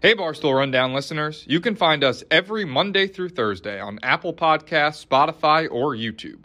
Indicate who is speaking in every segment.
Speaker 1: Hey, Barstool Rundown listeners. You can find us every Monday through Thursday on Apple Podcasts, Spotify, or YouTube.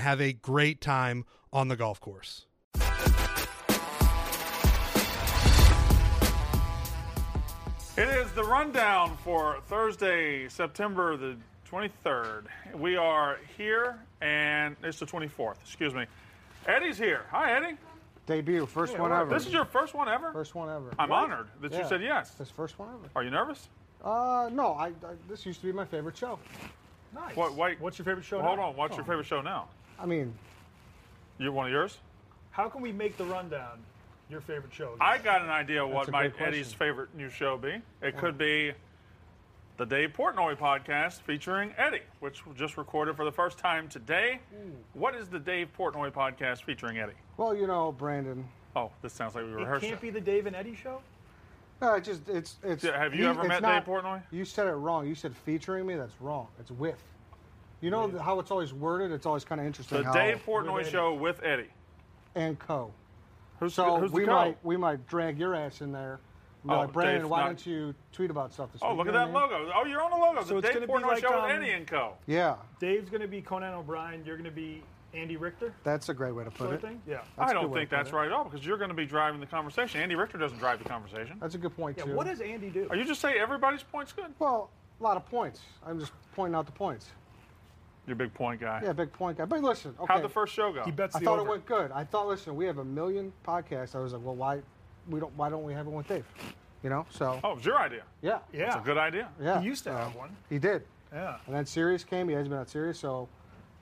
Speaker 2: have a great time on the golf course.
Speaker 3: It is the rundown for Thursday, September the 23rd. We are here, and it's the 24th, excuse me. Eddie's here. Hi, Eddie.
Speaker 4: Debut, first one ever.
Speaker 3: This is your first one ever?
Speaker 4: first one ever.
Speaker 3: I'm honored that you
Speaker 4: Yeah.
Speaker 3: said yes.
Speaker 4: This first one ever.
Speaker 3: Are you nervous?
Speaker 4: Uh, no, I, I this used to be my favorite show. Nice.
Speaker 3: What, wait.
Speaker 5: What's your favorite show?
Speaker 3: Hold
Speaker 5: now?
Speaker 3: on. What's your favorite show now?
Speaker 4: I mean,
Speaker 3: You one of yours?
Speaker 5: How can we make the rundown your favorite show?
Speaker 3: I got an idea what
Speaker 4: a
Speaker 3: my
Speaker 4: great question.
Speaker 3: Eddie's favorite new show be. It could be the Dave Portnoy podcast featuring Eddie, which we just recorded for the first time today. What is the Dave Portnoy podcast featuring Eddie?
Speaker 4: well, you know, Brandon.
Speaker 3: Oh, this sounds like we
Speaker 5: it
Speaker 3: rehearsed.
Speaker 5: can't be the Dave and Eddie show.
Speaker 4: No, uh, it just it's it's.
Speaker 3: Yeah, have you
Speaker 4: he-
Speaker 3: ever
Speaker 4: it's
Speaker 3: met
Speaker 4: not-
Speaker 3: Dave Portnoy?
Speaker 4: You said it wrong. You said featuring me. That's wrong. It's with. You know how it's always worded. It's always kind of interesting.
Speaker 3: The
Speaker 4: how,
Speaker 3: Dave Portnoy
Speaker 5: Eddie.
Speaker 3: show with Eddie.
Speaker 4: and co.
Speaker 3: Who's,
Speaker 4: So
Speaker 3: who's the
Speaker 4: we
Speaker 3: co?
Speaker 4: might we might drag your ass in there. You know,
Speaker 3: Oh,
Speaker 4: like, Brandon,
Speaker 3: Dave,
Speaker 4: why
Speaker 3: not-
Speaker 4: don't you tweet about stuff this
Speaker 3: Oh,
Speaker 4: week?
Speaker 3: look
Speaker 4: You
Speaker 3: at
Speaker 4: know
Speaker 3: that
Speaker 4: what I mean?
Speaker 3: logo. Oh, you're on the logo.
Speaker 5: So
Speaker 3: the
Speaker 5: it's
Speaker 3: Dave
Speaker 5: gonna be
Speaker 3: Portnoy
Speaker 5: like,
Speaker 3: show
Speaker 5: um,
Speaker 3: with Eddie and co.
Speaker 4: Yeah,
Speaker 5: Dave's going to be Conan O'Brien. You're going to be Andy Richter.
Speaker 4: that's a great way to put
Speaker 5: Sort
Speaker 4: it.
Speaker 5: of thing. Yeah.
Speaker 3: I
Speaker 4: a good
Speaker 3: don't
Speaker 4: way
Speaker 3: think
Speaker 4: to put
Speaker 3: that's
Speaker 4: it.
Speaker 3: right at all because you're going to be driving the conversation. Andy Richter doesn't drive the conversation.
Speaker 4: That's a good point
Speaker 5: Yeah.
Speaker 4: too.
Speaker 5: What does Andy do?
Speaker 3: Are Oh, you just saying everybody's point's good?
Speaker 4: Well, a lot of points. I'm just pointing out the points.
Speaker 3: You're a big point guy.
Speaker 4: Yeah, big point guy. But listen, okay.
Speaker 3: How'd the first show go?
Speaker 5: he bets
Speaker 4: I
Speaker 5: the
Speaker 4: thought
Speaker 5: over.
Speaker 4: it went good. I thought, listen, we have a million podcasts. I was like, well, why, we don't, why don't we have one with Dave? You know, so
Speaker 3: Oh, it was your idea.
Speaker 4: yeah,
Speaker 5: Yeah.
Speaker 3: It's a good idea.
Speaker 4: yeah.
Speaker 5: He used to
Speaker 4: so
Speaker 5: have one.
Speaker 4: He did,
Speaker 5: Yeah.
Speaker 4: and then Sirius came. He hasn't been on Sirius, so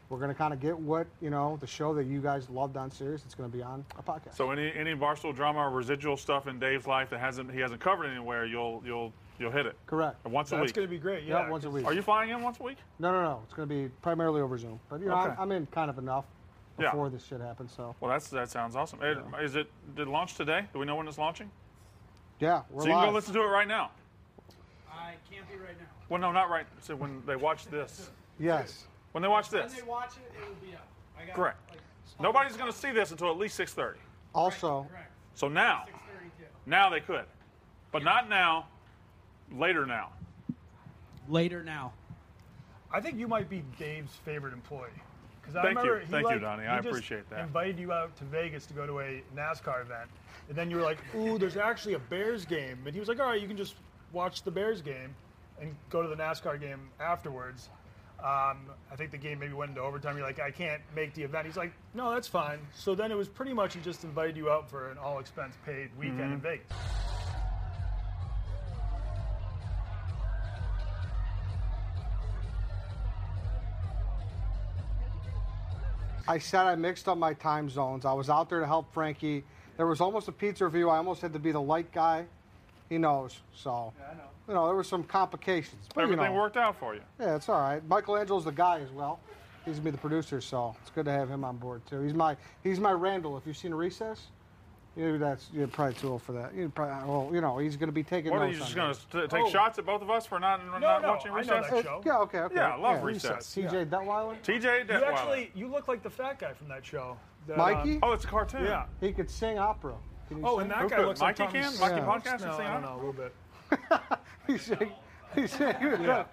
Speaker 4: we're gonna kind of get what you know the show that you guys loved on Sirius. It's gonna be on a podcast.
Speaker 3: So any any Barstool drama or residual stuff in Dave's life that hasn't he hasn't covered anywhere, you'll you'll you'll hit it.
Speaker 4: Correct.
Speaker 3: Once a
Speaker 5: That's
Speaker 3: week.
Speaker 5: going to be great.
Speaker 4: Yeah,
Speaker 5: Yeah.
Speaker 4: once a
Speaker 5: 'cause-
Speaker 4: week.
Speaker 3: Are you flying in once a week?
Speaker 4: No, no, no. It's gonna be primarily over Zoom, but you know, I'm,
Speaker 5: Okay.
Speaker 4: I'm in kind of enough
Speaker 3: Yeah.
Speaker 4: before this shit happens. So
Speaker 3: Well, that's that sounds awesome. Ed, Is it did it launch today? Do we know when it's launching?
Speaker 4: yeah, we're
Speaker 3: So you
Speaker 4: live.
Speaker 3: can go listen to it right now.
Speaker 6: I can't be right now.
Speaker 3: Well, no, not right. So when they watch this,
Speaker 4: yes,
Speaker 3: when they watch this,
Speaker 6: When they watch it, it will be up. I got
Speaker 3: Correct.
Speaker 6: Like,
Speaker 3: nobody's going to see this until at least 6:30.
Speaker 4: also
Speaker 6: correct.
Speaker 3: So now,
Speaker 6: 6:32.
Speaker 3: now they could, but not now. Later now.
Speaker 6: Later now.
Speaker 5: I think you might be Dave's favorite employee. Because I
Speaker 3: Thank you.
Speaker 5: remember he
Speaker 3: Thank you,
Speaker 5: liked-
Speaker 3: Donnie.
Speaker 5: he
Speaker 3: I
Speaker 5: just
Speaker 3: appreciate that.
Speaker 5: Invited you out to Vegas to go to a NASCAR event, and then you were like, "Ooh, there's actually a Bears game," and he was like, "All right, you can just watch the Bears game and go to the NASCAR game afterwards." Um, I think the game maybe went into overtime. You're like, "I can't make the event." He's like, "No, that's fine." So then it was pretty much he just invited you out for an all expense paid weekend in Vegas.
Speaker 4: I said I mixed up my time zones. I was out there to help Frankie. There was almost a pizza review. I almost had to be the light guy. He knows. So, yeah, I know. you know, there were some complications. But,
Speaker 3: Everything
Speaker 4: you know,
Speaker 3: worked out for you.
Speaker 4: Yeah, it's all right. Michelangelo's the guy as well. He's gonna be the producer, so it's good to have him on board too. He's my he's my Randall. If you've seen Recess, you that's you're probably too old for that. You probably well, you know, he's gonna be taking.
Speaker 3: What are
Speaker 4: notes
Speaker 3: you
Speaker 4: on
Speaker 3: just
Speaker 4: that.
Speaker 3: going to take shots at both of us for not not
Speaker 5: Oh. no,
Speaker 3: watching
Speaker 5: I know
Speaker 3: recess?
Speaker 5: that.
Speaker 4: Uh,
Speaker 5: show?
Speaker 4: Yeah, okay, okay.
Speaker 3: Yeah, I love Recess.
Speaker 4: CJ Detweiler,
Speaker 3: TJ
Speaker 5: You
Speaker 3: Detweiler.
Speaker 5: actually you look like the fat guy from that show, that, um,
Speaker 4: Mikey.
Speaker 3: oh, it's a cartoon.
Speaker 5: yeah.
Speaker 4: He could sing opera. Can you
Speaker 5: Oh,
Speaker 4: sing?
Speaker 5: and that
Speaker 3: Who
Speaker 5: guy
Speaker 3: could-
Speaker 5: looks like
Speaker 3: Mikey
Speaker 5: Tommy
Speaker 3: can?
Speaker 5: Snow.
Speaker 3: Mikey
Speaker 4: Yeah.
Speaker 3: Podcast can
Speaker 5: No,
Speaker 3: sing
Speaker 5: I don't
Speaker 3: opera?
Speaker 5: know a little bit.
Speaker 4: he sang. He sang.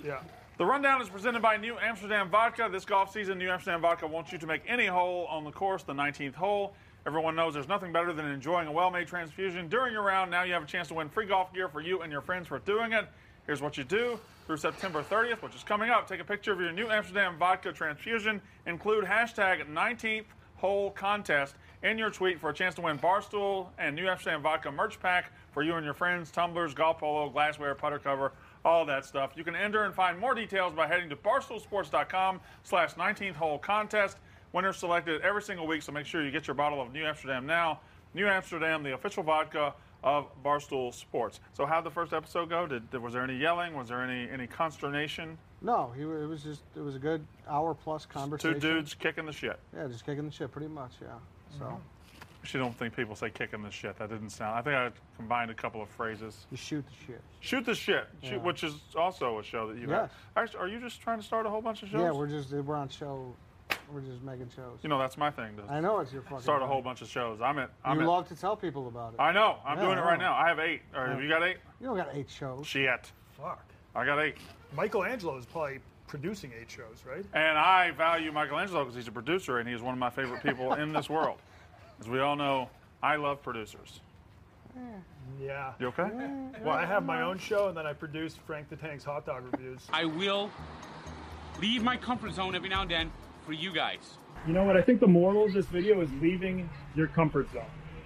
Speaker 5: Yeah.
Speaker 3: The rundown is presented by New Amsterdam Vodka. This golf season, New Amsterdam Vodka wants you to make any hole on the course the 19th hole. Everyone knows there's nothing better than enjoying a well made transfusion during your round. Now you have a chance to win free golf gear for you and your friends for doing it. Here's what you do through September 30th, which is coming up. Take a picture of your New Amsterdam Vodka transfusion. Include hashtag 19th hole contest in your tweet for a chance to win Barstool and New Amsterdam Vodka merch pack for you and your friends, tumblers, golf polo, glassware, putter cover, all that stuff. You can enter and find more details by heading to barstoolsports.com slash 19th hole contest. Winners selected every single week, so make sure you get your bottle of New Amsterdam now. New Amsterdam, the official vodka of Barstool Sports. So, how would the first episode go? Did, was there any yelling? Was there any any consternation?
Speaker 4: No, he, it was just it was a good hour plus
Speaker 3: Two
Speaker 4: conversation.
Speaker 3: dudes kicking the shit.
Speaker 4: Yeah, just kicking the shit, pretty much. Yeah. So
Speaker 5: Mm-hmm.
Speaker 3: She don't think people say kicking the shit. That didn't sound. I think I combined a couple of phrases.
Speaker 4: you shoot the shit.
Speaker 3: Shoot the shit, shoot, which is also a show that you
Speaker 4: Yes.
Speaker 3: have. Actually, are you just trying to start a whole bunch of shows?
Speaker 4: Yeah, we're just we're on show. We're just making shows.
Speaker 3: You know, that's my thing. To
Speaker 4: I know it's your fucking.
Speaker 3: Start a
Speaker 4: thing.
Speaker 3: whole bunch of shows. I'm it. I'm
Speaker 4: you
Speaker 3: it.
Speaker 4: love to tell people about it.
Speaker 3: I know. I'm
Speaker 4: Yeah,
Speaker 3: doing it
Speaker 4: I
Speaker 3: right
Speaker 4: know.
Speaker 3: now. I have eight. All right, have you got eight?
Speaker 4: you don't got eight shows.
Speaker 3: Shit.
Speaker 5: Fuck.
Speaker 3: I got eight.
Speaker 5: Michelangelo is probably producing eight shows, right?
Speaker 3: And I value Michelangelo because he's a producer and he is one of my favorite people in this world. As we all know, I love producers.
Speaker 5: Yeah.
Speaker 3: You okay?
Speaker 5: Well, I have my own show, and then I produce Frank the Tank's hot dog reviews.
Speaker 7: I will leave my comfort zone every now and then for you guys.
Speaker 8: You know what? I think the moral of this video is leaving your comfort zone.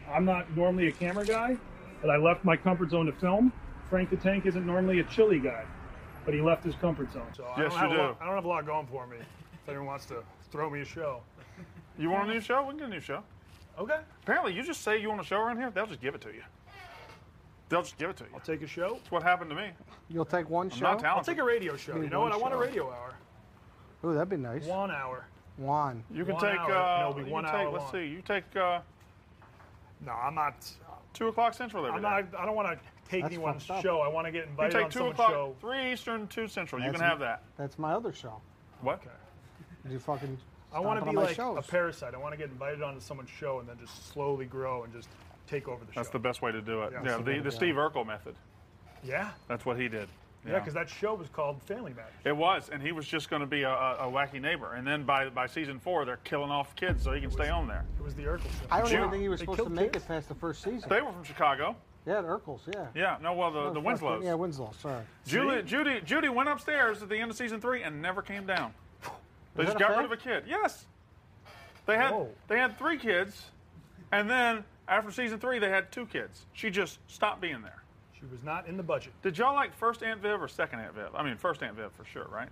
Speaker 8: I'm not normally a camera guy, but I left my comfort zone to film. Frank the Tank isn't normally a chili guy, but he left his comfort zone.
Speaker 5: So I
Speaker 3: Yes,
Speaker 5: don't have
Speaker 3: you
Speaker 5: a
Speaker 3: do.
Speaker 5: lot, I don't have a lot going for me. If anyone wants to throw me a show,
Speaker 3: You want a new show? We can get a new show.
Speaker 5: okay,
Speaker 3: Apparently, you just say you want a show around here, they'll just give it to you. They'll just give it to you.
Speaker 5: I'll take a show.
Speaker 3: That's what happened to me.
Speaker 4: You'll take one
Speaker 3: I'm
Speaker 4: show.
Speaker 3: not
Speaker 5: I'll
Speaker 3: talented.
Speaker 5: take a radio show. You know
Speaker 4: one
Speaker 5: what? I want a
Speaker 4: show.
Speaker 5: radio hour.
Speaker 4: Ooh, that'd be nice.
Speaker 5: One hour.
Speaker 4: One.
Speaker 3: you can
Speaker 5: one
Speaker 3: take.
Speaker 5: hour,
Speaker 3: uh,
Speaker 5: and it'll be
Speaker 3: you can
Speaker 5: one
Speaker 3: take-
Speaker 5: hour
Speaker 3: Let's
Speaker 5: long.
Speaker 3: see. You take uh,
Speaker 5: No, I'm not.
Speaker 3: two o'clock central every
Speaker 5: I'm
Speaker 3: day.
Speaker 5: not. I don't want to take
Speaker 4: That's
Speaker 5: anyone's
Speaker 4: fucked up.
Speaker 5: show. I want to get
Speaker 3: You
Speaker 5: invited
Speaker 3: take
Speaker 5: on
Speaker 3: two
Speaker 5: someone's
Speaker 3: o'clock,
Speaker 5: show.
Speaker 3: three Eastern, two Central. You
Speaker 4: That's
Speaker 3: can have
Speaker 4: me.
Speaker 3: that.
Speaker 4: That's my other show.
Speaker 3: What?
Speaker 4: You fucking.
Speaker 5: I want
Speaker 4: stomping
Speaker 5: to be
Speaker 4: on my
Speaker 5: like
Speaker 4: shows.
Speaker 5: a parasite. I want to get invited onto someone's show and then just slowly grow and just take over the
Speaker 3: That's
Speaker 5: show.
Speaker 3: the best way to do it.
Speaker 5: Yeah.
Speaker 3: Yeah, the, the Steve Urkel method.
Speaker 5: yeah.
Speaker 3: That's what he did.
Speaker 5: Yeah, because that show was called Family Matters.
Speaker 3: It was, and he was just going to be a, a, a wacky neighbor. And then by, by season four, they're killing off kids so he can stay on there.
Speaker 5: It was the Urkel show.
Speaker 4: I don't
Speaker 3: Jim.
Speaker 4: even think he was
Speaker 5: They
Speaker 4: supposed to
Speaker 5: killed
Speaker 4: make
Speaker 5: kids?
Speaker 4: it past the first season.
Speaker 3: They were from Chicago.
Speaker 4: yeah, the Urkels. Yeah.
Speaker 3: Yeah, no, well, the,
Speaker 4: Oh,
Speaker 3: the
Speaker 4: fuck,
Speaker 3: Winslows.
Speaker 4: Yeah, Winslow. Sorry.
Speaker 3: Julie, Judy, Judy went upstairs at the end of season three and never came down. They
Speaker 4: Is
Speaker 3: just
Speaker 4: that a
Speaker 3: got rid of a
Speaker 4: fact?
Speaker 3: kid. Yes, they had
Speaker 5: Whoa.
Speaker 3: they had three kids, and then after season three, they had two kids. She just stopped being there.
Speaker 5: She was not in the budget.
Speaker 3: Did y'all like first Aunt Viv or second Aunt Viv? I mean, first Aunt Viv for sure, right?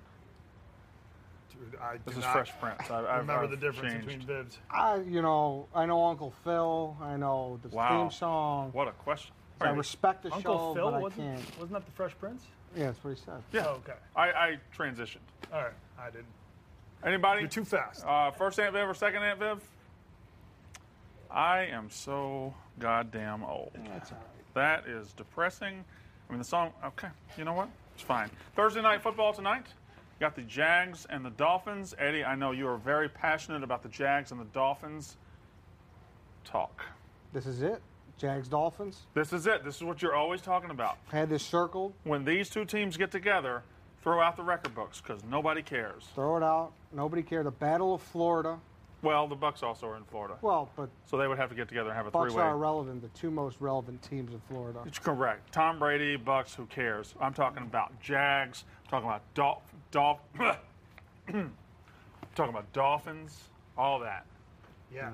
Speaker 5: Dude, I do
Speaker 3: This is
Speaker 5: not
Speaker 3: Fresh Prince. I, I've,
Speaker 5: remember
Speaker 3: I've
Speaker 5: the difference
Speaker 3: changed.
Speaker 5: between Vivs.
Speaker 4: I, you know, I know Uncle Phil. I know the
Speaker 3: Wow.
Speaker 4: theme song.
Speaker 3: What a question.
Speaker 4: So I respect the
Speaker 5: Uncle
Speaker 4: show,
Speaker 5: Phil
Speaker 4: but I
Speaker 5: wasn't
Speaker 4: can't.
Speaker 5: wasn't that the Fresh Prince?
Speaker 4: Yeah, that's what he said.
Speaker 3: Yeah.
Speaker 5: Oh, okay.
Speaker 3: I, I transitioned.
Speaker 5: All right, I didn't.
Speaker 3: Anybody?
Speaker 5: You're too fast.
Speaker 3: Uh, first Aunt Viv or second Aunt Viv? I am so goddamn old. That's all right. That is depressing. I mean, the song, okay, you know what? It's fine. Thursday night football tonight. Got the Jags and the Dolphins. Eddie, I know you are very passionate about the Jags and the Dolphins. Talk.
Speaker 4: This is it. Jags Dolphins.
Speaker 3: This is it. This is what you're always talking about.
Speaker 4: Had this circled.
Speaker 3: When these two teams get together, throw out the record books because nobody cares.
Speaker 4: Throw it out. Nobody cared. The Battle of Florida.
Speaker 3: Well, the Bucks also are in Florida,
Speaker 4: Well, but
Speaker 3: so they would have to get together and have a
Speaker 4: Bucks
Speaker 3: three-way.
Speaker 4: are irrelevant. The two most relevant teams in Florida.
Speaker 3: It's correct. Tom Brady, Bucks, who cares? I'm talking about Jags. I'm talking about Dolph. Dolph. talking about Dolphins. All that.
Speaker 5: Yeah,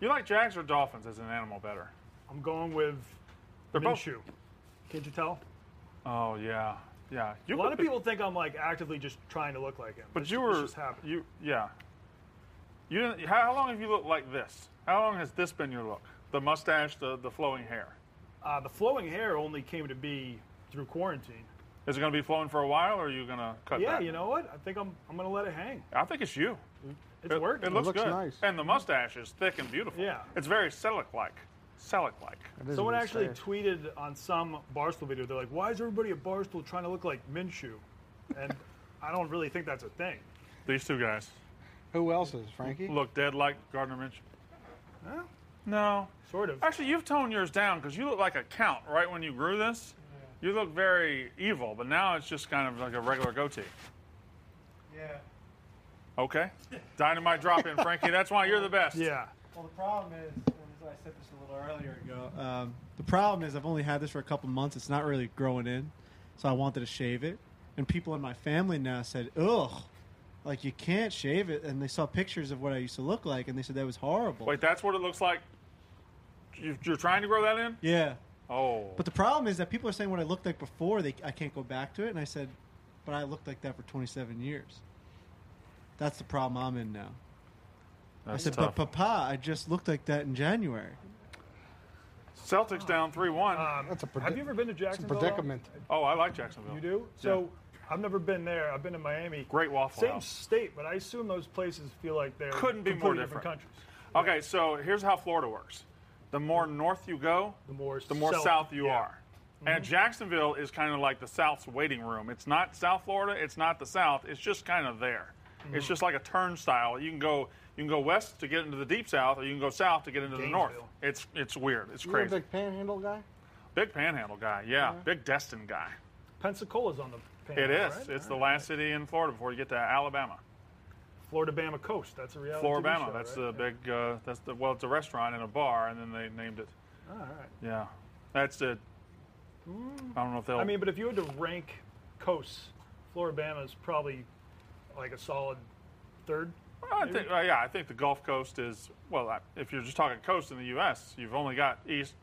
Speaker 3: You like Jags or Dolphins as an animal better?
Speaker 5: I'm going with
Speaker 3: They're both-
Speaker 5: Minshew. Can't you tell?
Speaker 3: Oh yeah, yeah. You
Speaker 5: A lot
Speaker 3: could
Speaker 5: of
Speaker 3: be-
Speaker 5: people think I'm like actively just trying to look like him.
Speaker 3: But
Speaker 5: It's-
Speaker 3: you
Speaker 5: it's
Speaker 3: were.
Speaker 5: just happened.
Speaker 3: You yeah. You didn't. How, how long have you looked like this? How long has this been your look? The mustache, the the flowing hair.
Speaker 5: Uh, the flowing hair only came to be through quarantine.
Speaker 3: Is it going to be flowing for a while, or are you going to cut?
Speaker 5: Yeah,
Speaker 3: back?
Speaker 5: you know what? I think I'm I'm gonna let it hang.
Speaker 3: I think it's you.
Speaker 5: It's
Speaker 3: it,
Speaker 5: working.
Speaker 3: It looks,
Speaker 4: looks
Speaker 3: good.
Speaker 4: nice.
Speaker 3: And the mustache is thick and beautiful.
Speaker 5: Yeah.
Speaker 3: It's very Selleck like. Selleck like.
Speaker 4: It is
Speaker 5: Someone
Speaker 4: what it
Speaker 5: actually
Speaker 4: says.
Speaker 5: tweeted on some Barstool video. They're like, "Why is everybody at Barstool trying to look like Minshew?" And I don't really think that's a thing.
Speaker 3: These two guys
Speaker 4: Who else is Frankie?
Speaker 3: look dead like Gardner Minshew. No.
Speaker 5: Sort of.
Speaker 3: Actually, you've toned yours down because you look like a count right when you grew this. You look very evil, but now it's just kind of like a regular goatee.
Speaker 9: Yeah.
Speaker 3: Okay. Dynamite drop in, Frankie. That's why you're the best.
Speaker 5: Yeah.
Speaker 9: Well, the problem is, and as I said this a little earlier ago, um, the problem is I've only had this for a couple months. It's not really growing in, so I wanted to shave it. And people in my family now said, "Ugh, like you can't shave it." And they saw pictures of what I used to look like, and they said that was horrible.
Speaker 3: Wait, that's what it looks like. You- You're trying to grow that in?
Speaker 9: Yeah,
Speaker 3: Oh.
Speaker 9: but the problem is that people are saying what I looked like before. They I can't go back to it, and I said, "But I looked like that for 27 years." That's the problem I'm in now. I
Speaker 3: That's
Speaker 9: said,
Speaker 3: tough.
Speaker 9: "But Papa, I just looked like that in January."
Speaker 3: Celtics down 3 1.
Speaker 5: Um,
Speaker 4: That's a
Speaker 5: have
Speaker 4: predic-
Speaker 5: you ever been to
Speaker 4: It's a
Speaker 5: Jacksonville? at all?
Speaker 4: predicament.
Speaker 3: oh, I like Jacksonville.
Speaker 5: You do? So I've never been there. I've been to Miami.
Speaker 3: Great Waffle
Speaker 5: Same
Speaker 3: House.
Speaker 5: state, but I assume those places feel like they're
Speaker 3: Couldn't be more
Speaker 5: completely different.
Speaker 3: different.
Speaker 5: countries.
Speaker 3: Okay, so here's how Florida works the more north you go,
Speaker 5: The more
Speaker 3: the more
Speaker 5: south-
Speaker 3: south, you
Speaker 5: yeah. Mm-hmm.
Speaker 3: are. And Jacksonville is kind of like the South's waiting room. It's not South Florida. It's not the South. It's just kind of there. It's
Speaker 5: Mm-hmm.
Speaker 3: just like a turnstile. You can go you can go west to get into the deep South, or you can go south to get into the north.
Speaker 5: Gainesville.
Speaker 3: It's it's weird. It's
Speaker 4: You a
Speaker 3: crazy.
Speaker 4: big panhandle guy?
Speaker 3: Big Panhandle guy. Yeah, big Destin guy.
Speaker 5: Pensacola's on the
Speaker 3: It
Speaker 5: panhandle,
Speaker 3: is.
Speaker 5: right?
Speaker 3: It's the last city in Florida before you get to Alabama.
Speaker 5: Florida Bama Coast. That's a reality. TV
Speaker 3: Florabama.
Speaker 5: show,
Speaker 3: That's
Speaker 5: right?
Speaker 3: the big. Uh, that's the well. It's a restaurant and a bar, and then they named it.
Speaker 5: All right.
Speaker 3: Yeah, that's it. I don't know if they'll.
Speaker 5: I mean, but if you had to rank coasts, Florida is probably like a solid third.
Speaker 3: I think, uh, yeah, I think the Gulf Coast is well. I- If you're just talking coast in the U.S., you've only got east,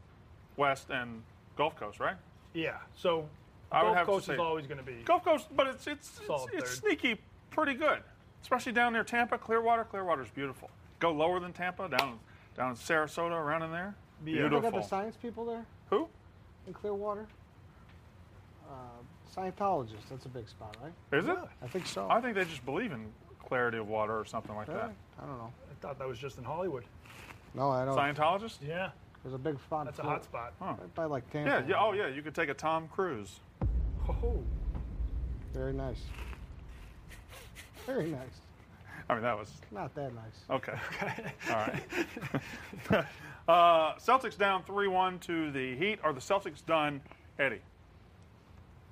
Speaker 3: west, and Gulf Coast, right?
Speaker 5: Yeah. So
Speaker 3: I would
Speaker 5: Gulf
Speaker 3: have to
Speaker 5: Coast
Speaker 3: say-
Speaker 5: is always going to be.
Speaker 3: Gulf Coast, but it's it's it's,
Speaker 5: Solid
Speaker 3: it's
Speaker 5: third.
Speaker 3: sneaky, pretty good, especially down near Tampa, Clearwater. Clearwater's beautiful. Go lower than Tampa, down down in Sarasota, around in there.
Speaker 5: Yeah.
Speaker 4: Look at the
Speaker 3: Beautiful.
Speaker 4: science people there
Speaker 3: Who?
Speaker 4: in Clearwater. Uh, Scientologists. That's a big spot, right?
Speaker 3: Is it?
Speaker 4: I think so.
Speaker 3: I think they just believe in clarity of water or something like
Speaker 4: Yeah,
Speaker 3: that.
Speaker 4: I don't know.
Speaker 5: I thought that was just in Hollywood.
Speaker 4: No, I don't.
Speaker 3: Scientologist?
Speaker 5: Yeah.
Speaker 4: There's a big spot. in
Speaker 5: That's a
Speaker 4: Florida.
Speaker 5: hot spot.
Speaker 4: Right by like Tampa.
Speaker 3: Yeah, yeah. Oh, yeah. You could take a Tom Cruise.
Speaker 5: Oh.
Speaker 4: Very nice. Very nice.
Speaker 3: I mean, that was
Speaker 4: Not that nice.
Speaker 3: okay. All right. uh, Celtics down three-one to the Heat. Are the Celtics done, Eddie?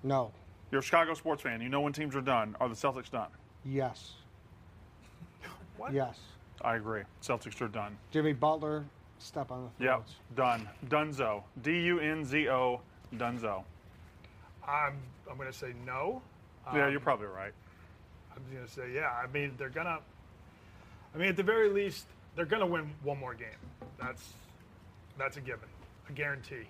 Speaker 4: No.
Speaker 3: You're a Chicago sports fan. You know when teams are done. Are the Celtics done?
Speaker 4: Yes. What? Yes.
Speaker 3: I agree. Celtics are done.
Speaker 4: Jimmy Butler, step on the
Speaker 3: Yep.
Speaker 4: throats.
Speaker 3: Done. Dunzo. D U N Z O. Dunzo.
Speaker 5: I'm. I'm going to say no. Um,
Speaker 3: Yeah, you're probably right.
Speaker 5: I'm just gonna say, yeah. I mean, they're gonna. I mean, at the very least, they're gonna win one more game. That's that's a given, a guarantee.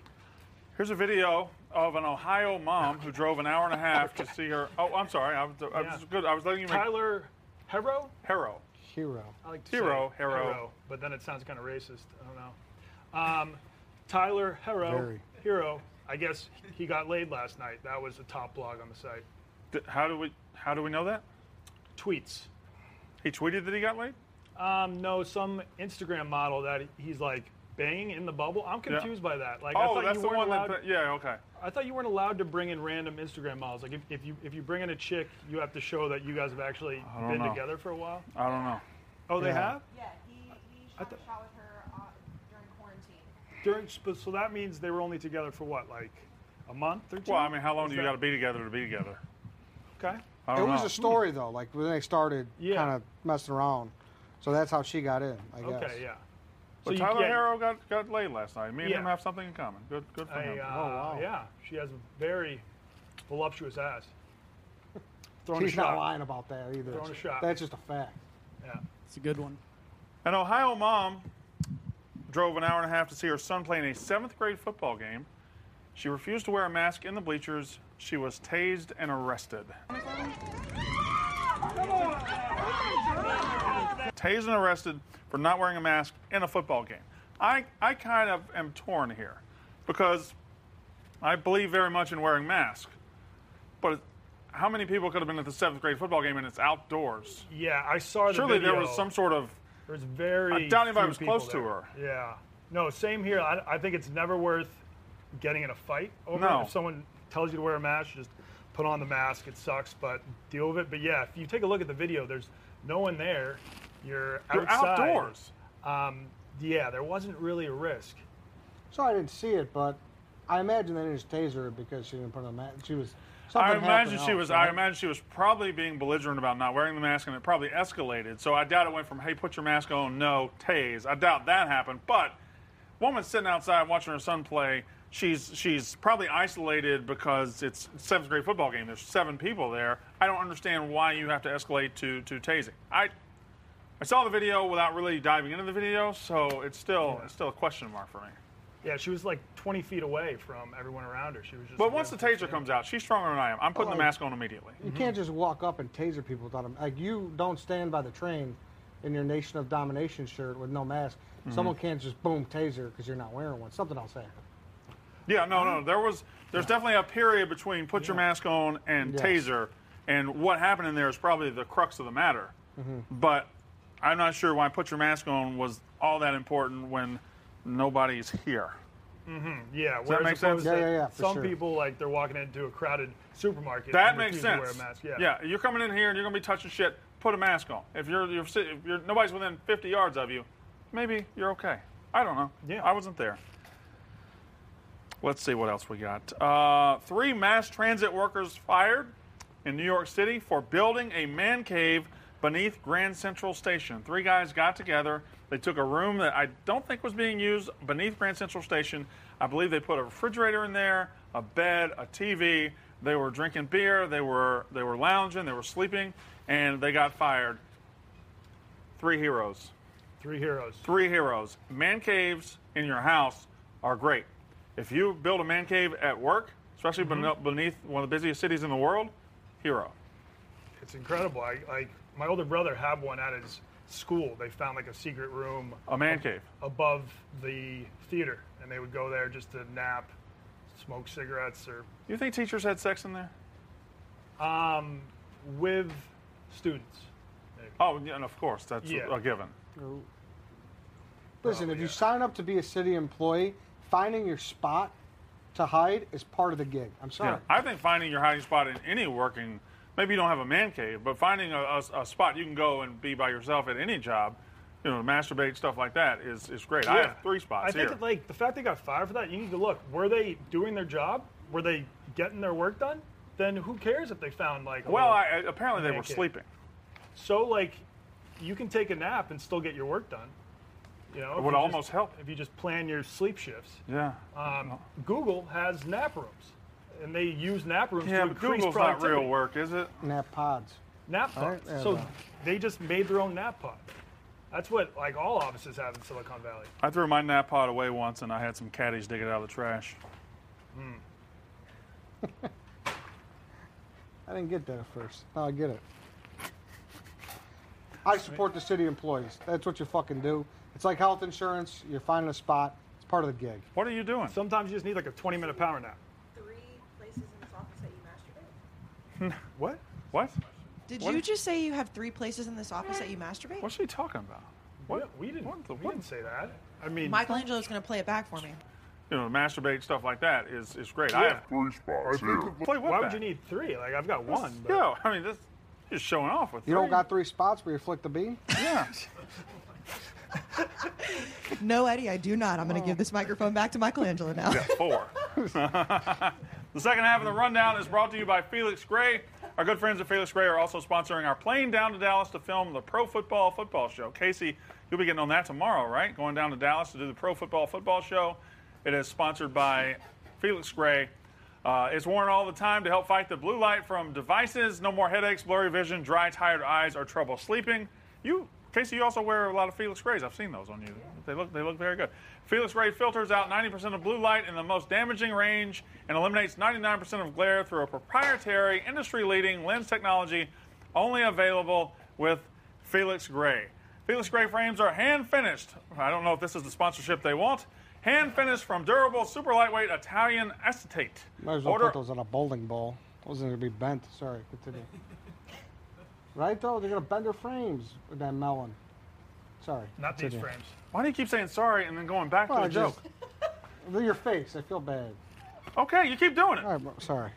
Speaker 3: Here's a video of an Ohio mom who drove an hour and a half to see her. Oh, I'm sorry. I was, I was
Speaker 5: Yeah.
Speaker 3: good. I was letting you make
Speaker 5: Tyler Hero.
Speaker 3: Hero.
Speaker 4: Hero.
Speaker 5: I like to
Speaker 3: Hero,
Speaker 5: say
Speaker 3: Hero.
Speaker 5: but then it sounds kind of racist. I don't know. Um, Tyler Hero.
Speaker 4: Very.
Speaker 5: Hero. I guess he got laid last night. That was the top blog on the site.
Speaker 3: D- How do we how do we know that?
Speaker 5: Tweets.
Speaker 3: He tweeted that he got laid.
Speaker 5: Um, no, some Instagram model that he's like banging in the bubble. I'm confused by that. Like, I
Speaker 3: Oh,
Speaker 5: thought
Speaker 3: that's
Speaker 5: you
Speaker 3: the
Speaker 5: weren't
Speaker 3: one
Speaker 5: allowed...
Speaker 3: that. Yeah, okay.
Speaker 5: I thought you weren't allowed to bring in random Instagram models. Like if, if you if you bring in a chick, you have to show that you guys have actually
Speaker 3: don't
Speaker 5: been
Speaker 3: know.
Speaker 5: together for a while.
Speaker 3: I don't know.
Speaker 5: Oh, they
Speaker 4: Yeah.
Speaker 5: have
Speaker 10: Yeah, he, he shot
Speaker 5: thought-
Speaker 10: a shot with her uh, during quarantine.
Speaker 5: during. sp- So that means they were only together for what, like a month or two?
Speaker 3: Well, I mean, how long
Speaker 5: Is
Speaker 3: do you
Speaker 5: that-
Speaker 3: got to be together to be together?
Speaker 5: Okay.
Speaker 3: I
Speaker 4: It
Speaker 3: don't
Speaker 4: was
Speaker 3: know.
Speaker 4: a story though, like when they started
Speaker 5: Yeah.
Speaker 4: kind of messing around. So that's how she got in, I guess.
Speaker 5: Okay. Yeah.
Speaker 3: But
Speaker 5: you-
Speaker 3: Tyler
Speaker 5: yeah,
Speaker 3: Harrow got, got laid last night. Me and
Speaker 5: Yeah.
Speaker 3: him have something in common. Good good for
Speaker 5: I,
Speaker 3: him.
Speaker 5: uh,
Speaker 4: Oh, wow.
Speaker 5: Yeah. She has a very voluptuous ass. Throwing
Speaker 4: She's
Speaker 5: a
Speaker 4: not
Speaker 5: shot.
Speaker 4: lying about that either.
Speaker 5: Throwing a shot.
Speaker 4: That's just a fact.
Speaker 5: Yeah.
Speaker 6: It's a good one.
Speaker 3: An Ohio mom drove an hour and a half to see her son play in a seventh grade football game. She refused to wear a mask in the bleachers. She was tased and arrested. Tased and arrested for not wearing a mask in a football game. I, I kind of am torn here because I believe very much in wearing masks. But how many people could have been at the seventh grade football game and it's outdoors?
Speaker 5: Yeah. I saw the
Speaker 3: Surely there
Speaker 5: video.
Speaker 3: was some sort of
Speaker 5: There was very.
Speaker 3: I doubt anybody
Speaker 5: few
Speaker 3: was
Speaker 5: people
Speaker 3: close to
Speaker 5: there.
Speaker 3: her.
Speaker 5: Yeah. No, same here. I, I think it's never worth getting in a fight over
Speaker 3: No.
Speaker 5: it. If someone tells you to wear a mask, just put on the mask. It sucks, but deal with it. But yeah, if you take a look at the video, there's no one there. You're
Speaker 3: You're
Speaker 5: outside.
Speaker 3: outdoors.
Speaker 5: Um, yeah, there wasn't really a risk.
Speaker 4: So I didn't see it, but I imagine they didn't just tase her because she didn't put on a mask. She was. something
Speaker 3: I
Speaker 4: happened
Speaker 3: imagine she
Speaker 4: else,
Speaker 3: was.
Speaker 4: right?
Speaker 3: I imagine she was probably being belligerent about not wearing the mask, and it probably escalated. So I doubt it went from "Hey, put your mask on," "No, tase." I doubt that happened. But woman's sitting outside watching her son play. She's she's probably isolated because it's seventh grade football game. There's seven people there. I don't understand why you have to escalate to to tasing. I I saw the video without really diving into the video, so it's still it's still a question mark for me.
Speaker 5: Yeah, she was like 20 feet away from everyone around her. She was just.
Speaker 3: But once the taser comes out, she's stronger than I am. I'm putting the
Speaker 4: Well, I-
Speaker 3: mask on immediately.
Speaker 4: You can't just walk up and taser people without them. Like you don't stand by the train in your Nation of Domination shirt with no mask. Someone can't just boom taser because you're not wearing one. Something else happened.
Speaker 3: Yeah, no, no. There was there's definitely a period between put your mask on and
Speaker 4: Yes.
Speaker 3: taser, and what happened in there is probably the crux of the matter.
Speaker 5: Mm-hmm.
Speaker 3: But I'm not sure why put your mask on was all that important when nobody's here.
Speaker 5: Yeah,
Speaker 3: that make sense?
Speaker 5: opposed to
Speaker 4: Yeah, yeah, yeah, for
Speaker 5: some
Speaker 4: sure.
Speaker 5: people like they're walking into a crowded supermarket.
Speaker 3: That
Speaker 5: and
Speaker 3: makes
Speaker 5: refuse
Speaker 3: sense.
Speaker 5: To wear a mask. Yeah.
Speaker 3: you're coming in here and you're gonna be touching shit. Put a mask on. If you're you're, sit- if you're nobody's within 50 yards of you, maybe you're okay. I don't know.
Speaker 5: Yeah.
Speaker 3: I wasn't there. Let's see what else we got. Uh, three mass transit workers fired in New York City for building a man cave beneath Grand Central Station. Three guys got together. They took a room that I don't think was being used beneath Grand Central Station. I believe they put a refrigerator in there, a bed, a TV. They were drinking beer. They were they were lounging. They were sleeping, and they got fired. Three heroes
Speaker 5: Three heroes.
Speaker 3: three heroes. Man caves in your house are great. If you build a man cave at work, especially
Speaker 5: Mm-hmm.
Speaker 3: beno- beneath one of the busiest cities in the world, hero.
Speaker 5: It's incredible. I, like my older brother had one at his school. They found like a secret room
Speaker 3: A man cave.
Speaker 5: above the theater, and they would go there just to nap, smoke cigarettes, or
Speaker 3: You think teachers had sex in there?
Speaker 5: um, with students.
Speaker 3: Oh, yeah, and of course, that's a-
Speaker 5: Yeah.
Speaker 3: a given.
Speaker 4: Listen, if you sign up to be a city employee, finding your spot to hide is part of the gig. I'm sorry.
Speaker 3: Yeah. I think finding your hiding spot in any working, maybe you don't have a man cave, but finding a, a- a spot you can go and be by yourself at any job, you know, masturbate, stuff like that is, is great. I
Speaker 5: Yeah.
Speaker 3: have three spots
Speaker 5: I think
Speaker 3: here.
Speaker 5: that, like the fact they got fired for that, you need to look. Were they doing their job? Were they getting their work done? Then who cares if they found like a
Speaker 3: well,
Speaker 5: little-
Speaker 3: I, I- apparently they
Speaker 5: Man
Speaker 3: were
Speaker 5: cave.
Speaker 3: sleeping.
Speaker 5: so like you can take a nap and still get your work done. You know, if
Speaker 3: would
Speaker 5: you just-
Speaker 3: almost help.
Speaker 5: if you just plan your sleep shifts.
Speaker 3: Yeah.
Speaker 5: Um, Google has nap rooms, and they use nap rooms
Speaker 3: yeah,
Speaker 5: to
Speaker 3: but
Speaker 5: increase
Speaker 3: Google's not
Speaker 5: productivity.
Speaker 3: real work, is it?
Speaker 4: Nap pods.
Speaker 5: Nap
Speaker 4: All
Speaker 5: pods.
Speaker 4: right, there we
Speaker 5: so
Speaker 4: go.
Speaker 5: they just made their own nap pod. That's what like all offices have in Silicon Valley.
Speaker 3: I threw my nap pod away once, and I had some caddies dig it out of the trash.
Speaker 4: I didn't get that at first. Now I get it. I support the city employees. That's what you fucking do. It's like health insurance. You're finding a spot. It's part of the gig.
Speaker 3: What are you doing?
Speaker 5: Sometimes you just need like a 20 minute power nap.
Speaker 10: Three places in this office that you masturbate.
Speaker 5: What?
Speaker 3: What?
Speaker 10: Did
Speaker 3: What?
Speaker 10: you just say you have three places in this office that you masturbate?
Speaker 3: What's she talking about?
Speaker 5: What? we didn't.
Speaker 3: What the-
Speaker 5: we
Speaker 3: what?
Speaker 5: didn't say that. I mean,
Speaker 10: Michelangelo's gonna play it back for me.
Speaker 3: You know, masturbate stuff like that is is great. I
Speaker 5: Yeah.
Speaker 3: have three spots Play what
Speaker 5: why
Speaker 3: back?
Speaker 5: would you need three? Like I've got one. But
Speaker 3: Yo, I mean, this you're showing off with.
Speaker 4: You do don't
Speaker 3: three.
Speaker 4: got three spots where you flick the bean?
Speaker 3: Yeah.
Speaker 10: No, Eddie, I do not. I'm gonna give this microphone back to Michelangelo now.
Speaker 3: four. the second half of the rundown is brought to you by Felix Gray. Our good friends at Felix Gray are also sponsoring our plane down to Dallas to film the Pro Football Football Show. Casey, you'll be getting on that tomorrow, right? Going down to Dallas to do the Pro Football Football Show. It is sponsored by Felix Gray. Uh, it's worn all the time to help fight the blue light from devices. No more headaches, blurry vision, dry, tired eyes, or trouble sleeping. You, Casey, you also wear a lot of Felix Grays. I've seen those on you. They look, they look very good. Felix Gray filters out 90% of blue light in the most damaging range and eliminates 99% of glare through a proprietary, industry-leading lens technology, only available with Felix Gray. Felix Gray frames are hand finished. I don't know if this is the sponsorship they want. Hand finished from durable, super lightweight Italian acetate.
Speaker 4: Might as well
Speaker 3: Order-
Speaker 4: put those on a bowling ball. Those are going to be bent. Sorry, continue. right, though? They're going to bend their frames with that melon. Sorry.
Speaker 5: Not these
Speaker 4: continue.
Speaker 5: frames.
Speaker 3: Why do you keep saying sorry and then going back
Speaker 4: Well,
Speaker 3: to
Speaker 4: I
Speaker 3: the joke?
Speaker 4: just- Look at your face. I feel bad.
Speaker 3: Okay, you keep doing it.
Speaker 4: All right, bro, sorry.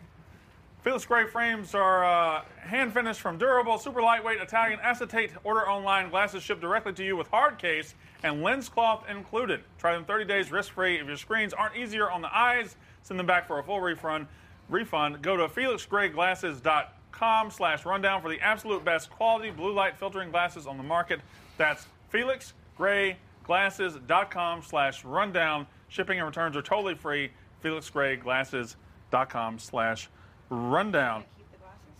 Speaker 3: Felix Gray frames are uh, hand finished from durable, super lightweight Italian acetate. Order online. Glasses shipped directly to you with hard case and lens cloth included. Try them 30 days risk free. If your screens aren't easier on the eyes, send them back for a full refund. Refund. Go to felixgrayglasses.com slash rundown for the absolute best quality blue light filtering glasses on the market. That's felixgrayglasses.com slash rundown. Shipping and returns are totally free. felixgrayglasses.com slash rundown.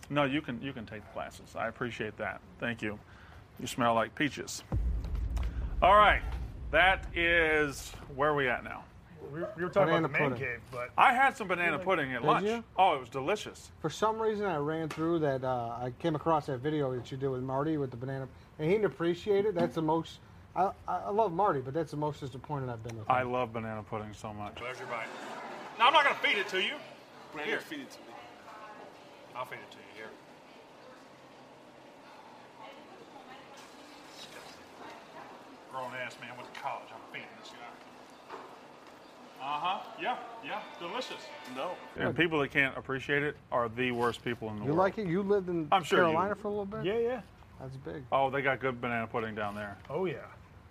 Speaker 3: No, you can you can take the glasses. I appreciate that. Thank you. You smell like peaches. All right, that is where are we at now.
Speaker 5: We were, we were talking
Speaker 4: Banana
Speaker 5: about the man
Speaker 4: pudding.
Speaker 5: cave, but
Speaker 3: I had some banana pudding at lunch.
Speaker 4: you?
Speaker 3: Oh, it was delicious.
Speaker 4: For some reason, I ran through that. Uh, I came across that video that you did with Marty with the banana, and he didn't appreciate it. That's the most. I, I I love Marty, but that's the most disappointed I've been with him.
Speaker 3: I love banana pudding so much. There's your bite. No, I'm not going to feed it to you.
Speaker 11: Brandon,
Speaker 3: Here.
Speaker 11: feed it to me.
Speaker 3: I'll feed it to you here. Grown ass man went to college. I'm feeding this guy. Uh huh. Yeah. Yeah. Delicious. No. And people that can't appreciate it are the worst people in the
Speaker 4: You
Speaker 3: world.
Speaker 4: like it? You lived in
Speaker 3: I'm sure you-
Speaker 4: Carolina for a little bit.
Speaker 3: Yeah, yeah.
Speaker 4: That's big.
Speaker 3: Oh, they got good banana pudding down there.
Speaker 5: Oh yeah.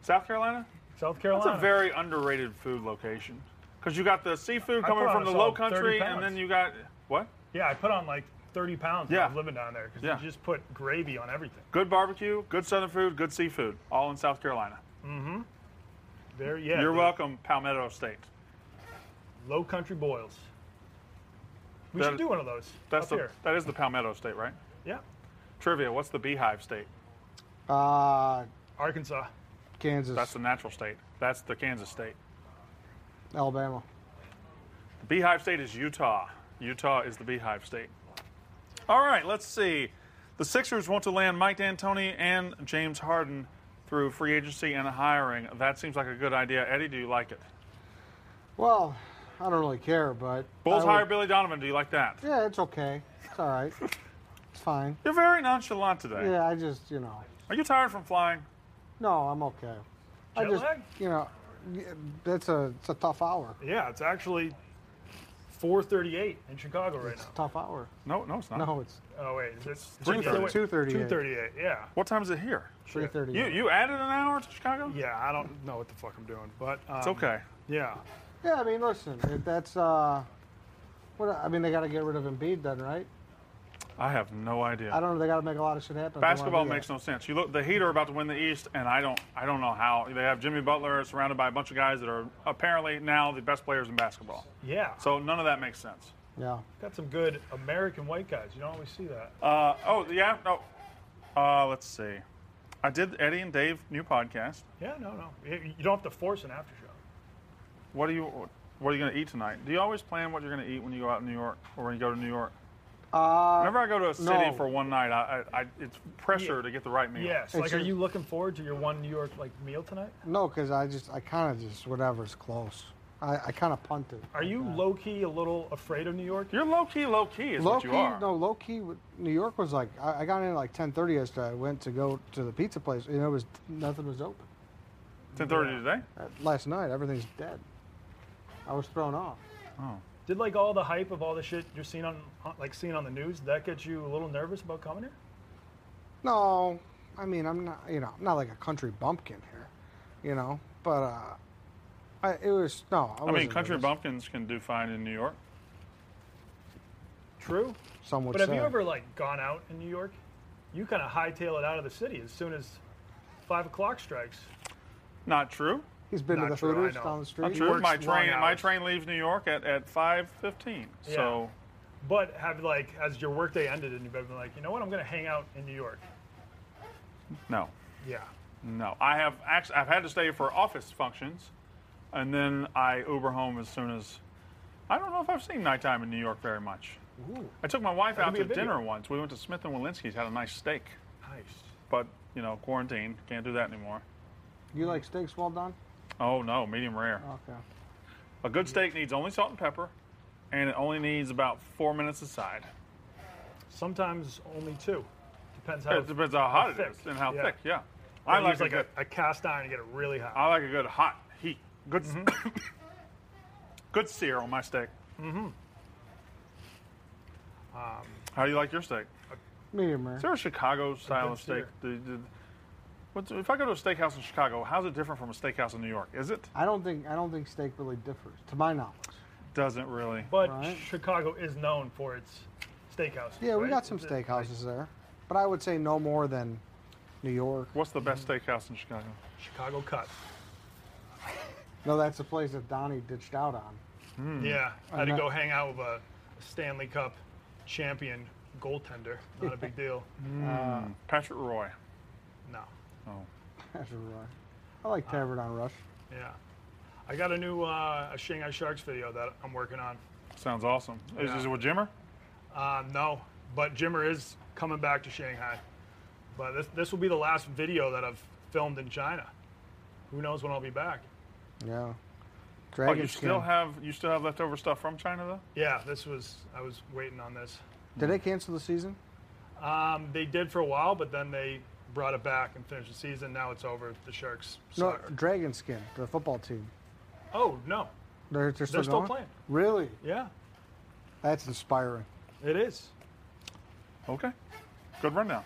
Speaker 3: South Carolina?
Speaker 5: South
Speaker 3: That's
Speaker 5: Carolina.
Speaker 3: a very underrated food location. Because you got the seafood
Speaker 5: I
Speaker 3: coming
Speaker 5: put on
Speaker 3: from the
Speaker 5: a
Speaker 3: low
Speaker 5: solid 30
Speaker 3: country, and
Speaker 5: pounds.
Speaker 3: then you got what?
Speaker 5: Yeah, I put on like 30 pounds when I
Speaker 3: Yeah.
Speaker 5: was living down there because
Speaker 3: Yeah.
Speaker 5: you just put gravy on everything.
Speaker 3: good barbecue, good southern food, good seafood, all in South Carolina.
Speaker 5: Mm-hmm. Very yeah.
Speaker 3: You're
Speaker 5: the
Speaker 3: welcome, Palmetto State.
Speaker 5: Low country boils. We
Speaker 3: That-
Speaker 5: should do one of those
Speaker 3: That's
Speaker 5: up
Speaker 3: the,
Speaker 5: here.
Speaker 3: That is the Palmetto State, right?
Speaker 5: Yeah.
Speaker 3: Trivia, what's the beehive state?
Speaker 4: Uh,
Speaker 5: Arkansas.
Speaker 4: Kansas,
Speaker 3: That's the natural state. That's the Kansas state.
Speaker 4: Alabama.
Speaker 3: The beehive state is Utah. Utah is the beehive state. All right, let's see. The Sixers want to land Mike D'Antoni and James Harden through free agency and hiring. That seems like a good idea. Eddie, do you like it?
Speaker 4: Well, I don't really care, but
Speaker 3: Bulls
Speaker 4: I would-
Speaker 3: hire Billy Donovan. Do you like that?
Speaker 4: Yeah, it's okay. It's all right. It's fine.
Speaker 3: You're very nonchalant today.
Speaker 4: Yeah, I just you know.
Speaker 3: Are you tired from flying?
Speaker 4: No, I'm okay. I
Speaker 5: Jet
Speaker 4: just
Speaker 5: lag?
Speaker 4: you know, y- that's a it's a tough hour.
Speaker 5: Yeah, it's actually 4:38 in Chicago right
Speaker 4: It's
Speaker 5: now.
Speaker 4: a tough hour.
Speaker 3: No, no, it's not.
Speaker 4: No, it's
Speaker 5: Oh wait, is this
Speaker 4: Two thirty- two thirty-eight.
Speaker 5: 2:38. Yeah.
Speaker 3: What time is it here?
Speaker 4: three thirty.
Speaker 3: You you added an hour to Chicago?
Speaker 5: Yeah, I don't know what the fuck I'm doing, but um,
Speaker 3: It's okay.
Speaker 5: Yeah.
Speaker 4: Yeah, I mean, listen, if that's uh, what I mean, they got to get rid of Embiid then, right?
Speaker 3: I have no idea.
Speaker 4: I don't know. They got to make a lot of shit happen. if they wanna
Speaker 3: Basketball
Speaker 4: do that.
Speaker 3: makes no sense. You look, the Heat are about to win the East, and I don't, I don't know how they have Jimmy Butler surrounded by a bunch of guys that are apparently now the best players in basketball.
Speaker 5: Yeah.
Speaker 3: So none of that makes sense.
Speaker 4: Yeah.
Speaker 5: Got some good American white guys. You don't always see that.
Speaker 3: Uh, oh yeah, no. Uh, let's see. I did Eddie and Dave new podcast.
Speaker 5: Yeah, no, no. You you don't have to force an after show.
Speaker 3: What are you, what are you gonna eat tonight? Do you always plan what you're gonna eat when you go out in New York or when you go to New York?
Speaker 4: Uh,
Speaker 3: Whenever I go to a city
Speaker 4: no.
Speaker 3: for one night, I, I, I it's pressure
Speaker 5: Yeah.
Speaker 3: to get the right meal.
Speaker 5: Yes.
Speaker 4: It's
Speaker 5: like, are
Speaker 4: just-
Speaker 5: you looking forward to your one New York like meal tonight?
Speaker 4: No, because I just I kind of just whatever's close. I, I kind of punted.
Speaker 5: Are you low key a little afraid of New York?
Speaker 3: You're low key, low key is
Speaker 4: Low
Speaker 3: what
Speaker 4: key,
Speaker 3: you are.
Speaker 4: no, low key. w- New York was like I, I got in at like ten thirty yesterday. I went to go to the pizza place, and it was nothing was open.
Speaker 3: Ten thirty today.
Speaker 4: Uh, Last night, everything's dead. I was thrown off.
Speaker 5: Did like all the hype of all the shit you're seeing on on- like seeing on the news that get you a little nervous about coming here?
Speaker 4: No, I mean I'm not. You know, I'm not like a country bumpkin here. You know, but uh, I, it was no. I,
Speaker 3: I mean,
Speaker 4: wasn't
Speaker 3: country
Speaker 4: nervous.
Speaker 3: bumpkins can do fine in New York.
Speaker 5: True.
Speaker 4: Some would
Speaker 5: But have
Speaker 4: say.
Speaker 5: you ever like gone out in New York? You kind of hightail it out of the city as soon as five o'clock strikes.
Speaker 3: Not true.
Speaker 4: He's been to
Speaker 5: Not
Speaker 4: the
Speaker 5: true, I
Speaker 4: Hooters
Speaker 5: know.
Speaker 4: down the street.
Speaker 3: Not true.
Speaker 5: works
Speaker 3: My
Speaker 5: long
Speaker 3: train, my
Speaker 5: hours.
Speaker 3: train leaves New York at, at five fifteen. So
Speaker 5: But have like as your workday ended and you've been like, you know what, I'm gonna hang out in New York.
Speaker 3: no,
Speaker 5: Yeah.
Speaker 3: no. I have actually I've had to stay for office functions, and then I Uber home as soon as. I don't know if I've seen nighttime in New York very much.
Speaker 5: Ooh,
Speaker 3: I took my wife
Speaker 5: That'd
Speaker 3: out
Speaker 5: be
Speaker 3: to
Speaker 5: a video.
Speaker 3: dinner once. We went to Smith and Walensky's, had a nice steak,
Speaker 5: nice.
Speaker 3: but you know quarantine can't do that anymore.
Speaker 4: You like steaks well done?
Speaker 3: Oh no, medium rare.
Speaker 4: Okay.
Speaker 3: A good steak needs only salt and pepper, and it only needs about four minutes aside.
Speaker 5: Sometimes only two. Depends how
Speaker 3: It depends how hot
Speaker 5: thick.
Speaker 3: it is and how
Speaker 5: Yeah.
Speaker 3: thick. Yeah,
Speaker 5: I
Speaker 3: I like,
Speaker 5: use like
Speaker 3: a, good,
Speaker 5: a, a cast iron to get it really hot.
Speaker 3: I like a good hot heat. Good, s-
Speaker 5: Mm-hmm.
Speaker 3: good sear on my steak. Mm-hmm. Um, how do you like your steak?
Speaker 4: Medium rare.
Speaker 3: Is there a Chicago style
Speaker 5: good
Speaker 3: of steak?
Speaker 5: sear.
Speaker 3: Do- do- what's, if I go to a steakhouse in Chicago, how's it different from a steakhouse in New York? Is it?
Speaker 4: I don't think I don't think steak really differs, to my knowledge.
Speaker 3: Doesn't really.
Speaker 5: But
Speaker 4: Right.
Speaker 5: Chicago is known for its steakhouse.
Speaker 4: Yeah, we got some steakhouses there, but I would say no more than New York.
Speaker 3: What's the best
Speaker 5: Mm-hmm.
Speaker 3: steakhouse in Chicago?
Speaker 5: Chicago cut.
Speaker 4: No, that's the place that Donnie ditched out on. Hmm.
Speaker 5: Yeah, I had to
Speaker 4: I'm not-
Speaker 5: go hang out with a Stanley Cup champion goaltender. Not a big deal.
Speaker 3: Patrick Roy.
Speaker 4: Mm-hmm.
Speaker 5: No.
Speaker 3: Oh,
Speaker 4: That's right. I like Tavern on Rush.
Speaker 5: Yeah. I got a new uh, a Shanghai Sharks video that I'm working on.
Speaker 3: sounds awesome. Is,
Speaker 5: Yeah.
Speaker 3: is it with Jimmer?
Speaker 5: Uh, no, but Jimmer is coming back to Shanghai. But this this will be the last video that I've filmed in China. Who knows when I'll be back?
Speaker 4: Yeah.
Speaker 3: oh, you still have you still have leftover stuff from China though?
Speaker 5: Yeah, this was I was waiting on this.
Speaker 4: Did they cancel the season?
Speaker 5: Um, they did for a while, but then they brought it back and finished the season. Now it's over. The Sharks.
Speaker 4: No,
Speaker 5: suck.
Speaker 4: Dragon Skin, the football team.
Speaker 5: Oh no,
Speaker 4: They're, they're still,
Speaker 5: They're still
Speaker 4: going?
Speaker 5: playing.
Speaker 4: Really?
Speaker 5: Yeah,
Speaker 4: That's inspiring.
Speaker 5: it is.
Speaker 3: Okay. Good rundown.